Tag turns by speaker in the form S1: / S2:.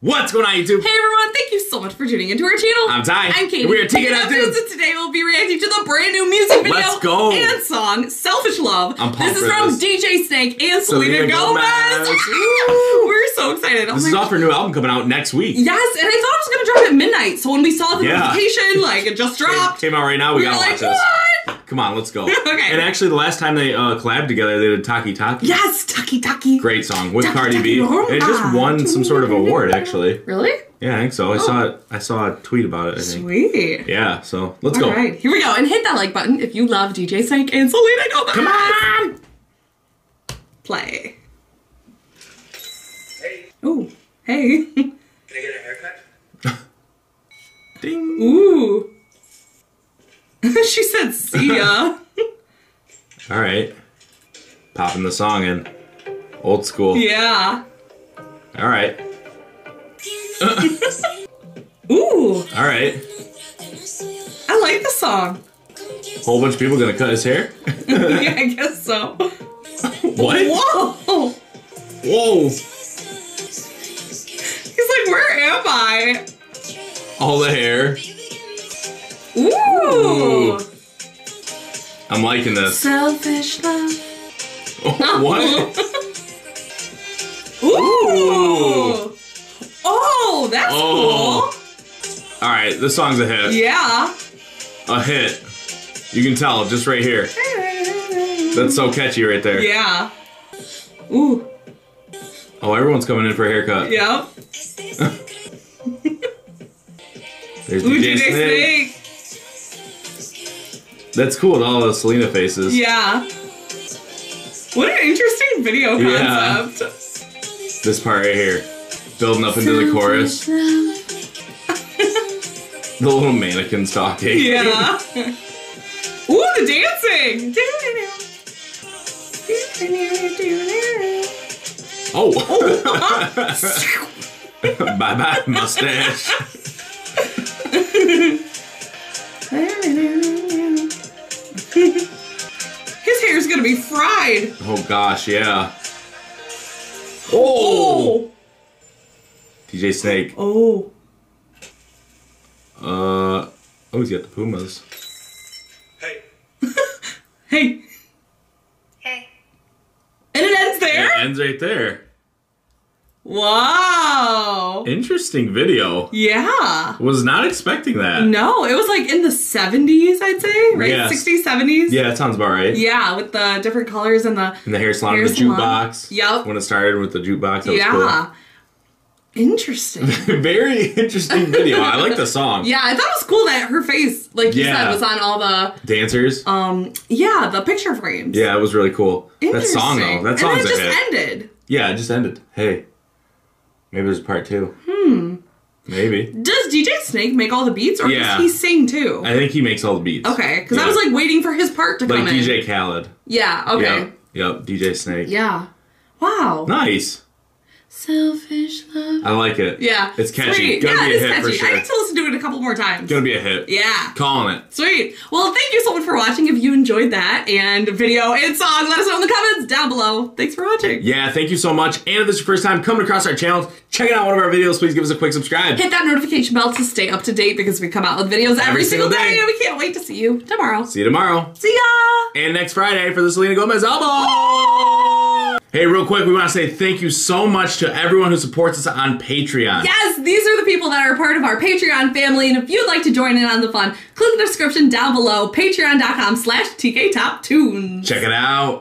S1: What's going on, YouTube?
S2: Hey everyone, thank you so much for tuning into our channel.
S1: I'm Ty.
S2: I'm Katie.
S1: We're Ticket Up
S2: Dudes.
S1: Dudes.
S2: And today we'll be reacting to the brand new music video
S1: Let's go.
S2: and song Selfish Love.
S1: I'm pumped
S2: This is
S1: for
S2: from
S1: this.
S2: DJ Snake and
S1: Selena
S2: Selena, Gomez.
S1: Gomez.
S2: We're so excited. Oh
S1: This
S2: my
S1: is
S2: God.
S1: off her new album coming out next week.
S2: Yes, and I thought it was gonna drop at midnight, so when we saw the
S1: Yeah.
S2: notification, like it just dropped.
S1: Came out right now. We,
S2: we were
S1: gotta
S2: like,
S1: watch this.
S2: what?
S1: Come on, let's go.
S2: Okay.
S1: And actually, the last time they uh, collabed together, they did Taki Taki.
S2: Yes, Taki Taki.
S1: Great song with
S2: Taki
S1: Cardi
S2: Taki
S1: B.
S2: Rumba.
S1: And it just won some sort of award, actually.
S2: Really?
S1: Yeah, I think so. I saw it. I saw a tweet about it. I think.
S2: Oh. Sweet.
S1: Yeah. So let's
S2: All
S1: go.
S2: right, here we go. And hit that like button if you love DJ Snake and Selena Gomez.
S1: Come on.
S2: Play.
S3: Hey,
S2: Oh, hey.
S3: can I get a haircut?
S1: Ding.
S2: Ooh. she said, see ya.
S1: All right. Popping the song in. Old school.
S2: yeah.
S1: All right.
S2: Ooh,
S1: All right.
S2: I like the song.
S1: Whole bunch of people gonna cut his hair.
S2: yeah, I guess so.
S1: what?
S2: Whoa.
S1: Whoa.
S2: He's like, where am I?
S1: All the hair.
S2: Ooh.
S1: Ooh. I'm liking this.
S2: Selfish love.
S1: what?
S2: Ooh. Oh, that's
S1: Oh. All right, this song's a hit.
S2: cool. Yeah.
S1: A hit. You can tell just right here. That's so catchy right there.
S2: Yeah. Ooh.
S1: Oh, everyone's coming in for a haircut.
S2: Yep.
S1: There's
S2: Ooh,
S1: DJ
S2: DJ
S1: Snake.
S2: Snake.
S1: That's cool with all the Selena faces.
S2: Yeah. What an interesting video
S1: Yeah.
S2: concept.
S1: This part right here. Building up into the chorus. The little mannequins talking.
S2: Yeah. Ooh, the dancing.
S1: Oh.
S2: Oh.
S1: bye bye, mustache.
S2: His hair's gonna be fried.
S1: Oh gosh, yeah.
S2: Oh.
S1: DJ Snake.
S2: Oh.
S1: Uh. Oh, he's got the Pumas.
S3: Hey,
S2: Hey.
S4: Hey.
S2: And it ends
S1: It
S2: there?
S1: ends right there.
S2: Wow.
S1: Interesting video.
S2: Yeah.
S1: Was not expecting that.
S2: No, it was like in the 70s, I'd say, right?
S1: Yes.
S2: 60s, 70s?
S1: Yeah, that sounds about right.
S2: Yeah, with the different colors and the.
S1: And the hair salon,
S2: Hair
S1: the
S2: salon.
S1: jukebox.
S2: Yep.
S1: When it started with the jukebox, that was
S2: Yeah. Interesting.
S1: cool. Very interesting video. I like the song.
S2: yeah, I thought it was cool that her face, like you
S1: Yeah.
S2: said, was on all the.
S1: Dancers.
S2: Um, yeah, the picture frames.
S1: yeah, it was really cool. That
S2: Interesting.
S1: song though. That
S2: and
S1: song's
S2: then it
S1: a
S2: just
S1: hit.
S2: ended.
S1: Yeah, it just ended. Hey. Maybe there's a part two. Hmm. Maybe.
S2: Does DJ Snake make all the beats, or
S1: Yeah.
S2: does he sing too?
S1: I think he makes all the beats.
S2: okay, because I
S1: Yeah.
S2: was like waiting for his part to
S1: like
S2: come in.
S1: DJ Khaled.
S2: Yeah. Okay.
S1: Yep. Yep. DJ Snake.
S2: Yeah. Wow.
S1: Nice.
S2: Selfish love.
S1: I like it.
S2: Yeah.
S1: It's catchy.
S2: Sweet.
S1: Gonna
S2: yeah,
S1: be a
S2: it is
S1: hit
S2: catchy.
S1: for
S2: I
S1: sure.
S2: need to listen to it a couple more times.
S1: Gonna be a hit.
S2: yeah.
S1: Calling it.
S2: Sweet. Well, thank you so much for watching. If you enjoyed that and video and song, let us know in the comments down below. Thanks for watching.
S1: Yeah, thank you so much. And if this is your first time coming across our channel, checking out one of our videos, please give us a quick subscribe.
S2: Hit that notification bell to stay up to date because we come out with videos every, single day. and we can't wait to see you tomorrow.
S1: See you tomorrow.
S2: See ya!
S1: And next Friday for the Selena Gomez album. Hey, real quick, we want to say thank you so much to everyone who supports us on Patreon.
S2: Yes, these are the people that are part of our Patreon family, and if you'd like to join in on the fun, click the description down below, patreon.com slash tktoptunes.
S1: Check it out.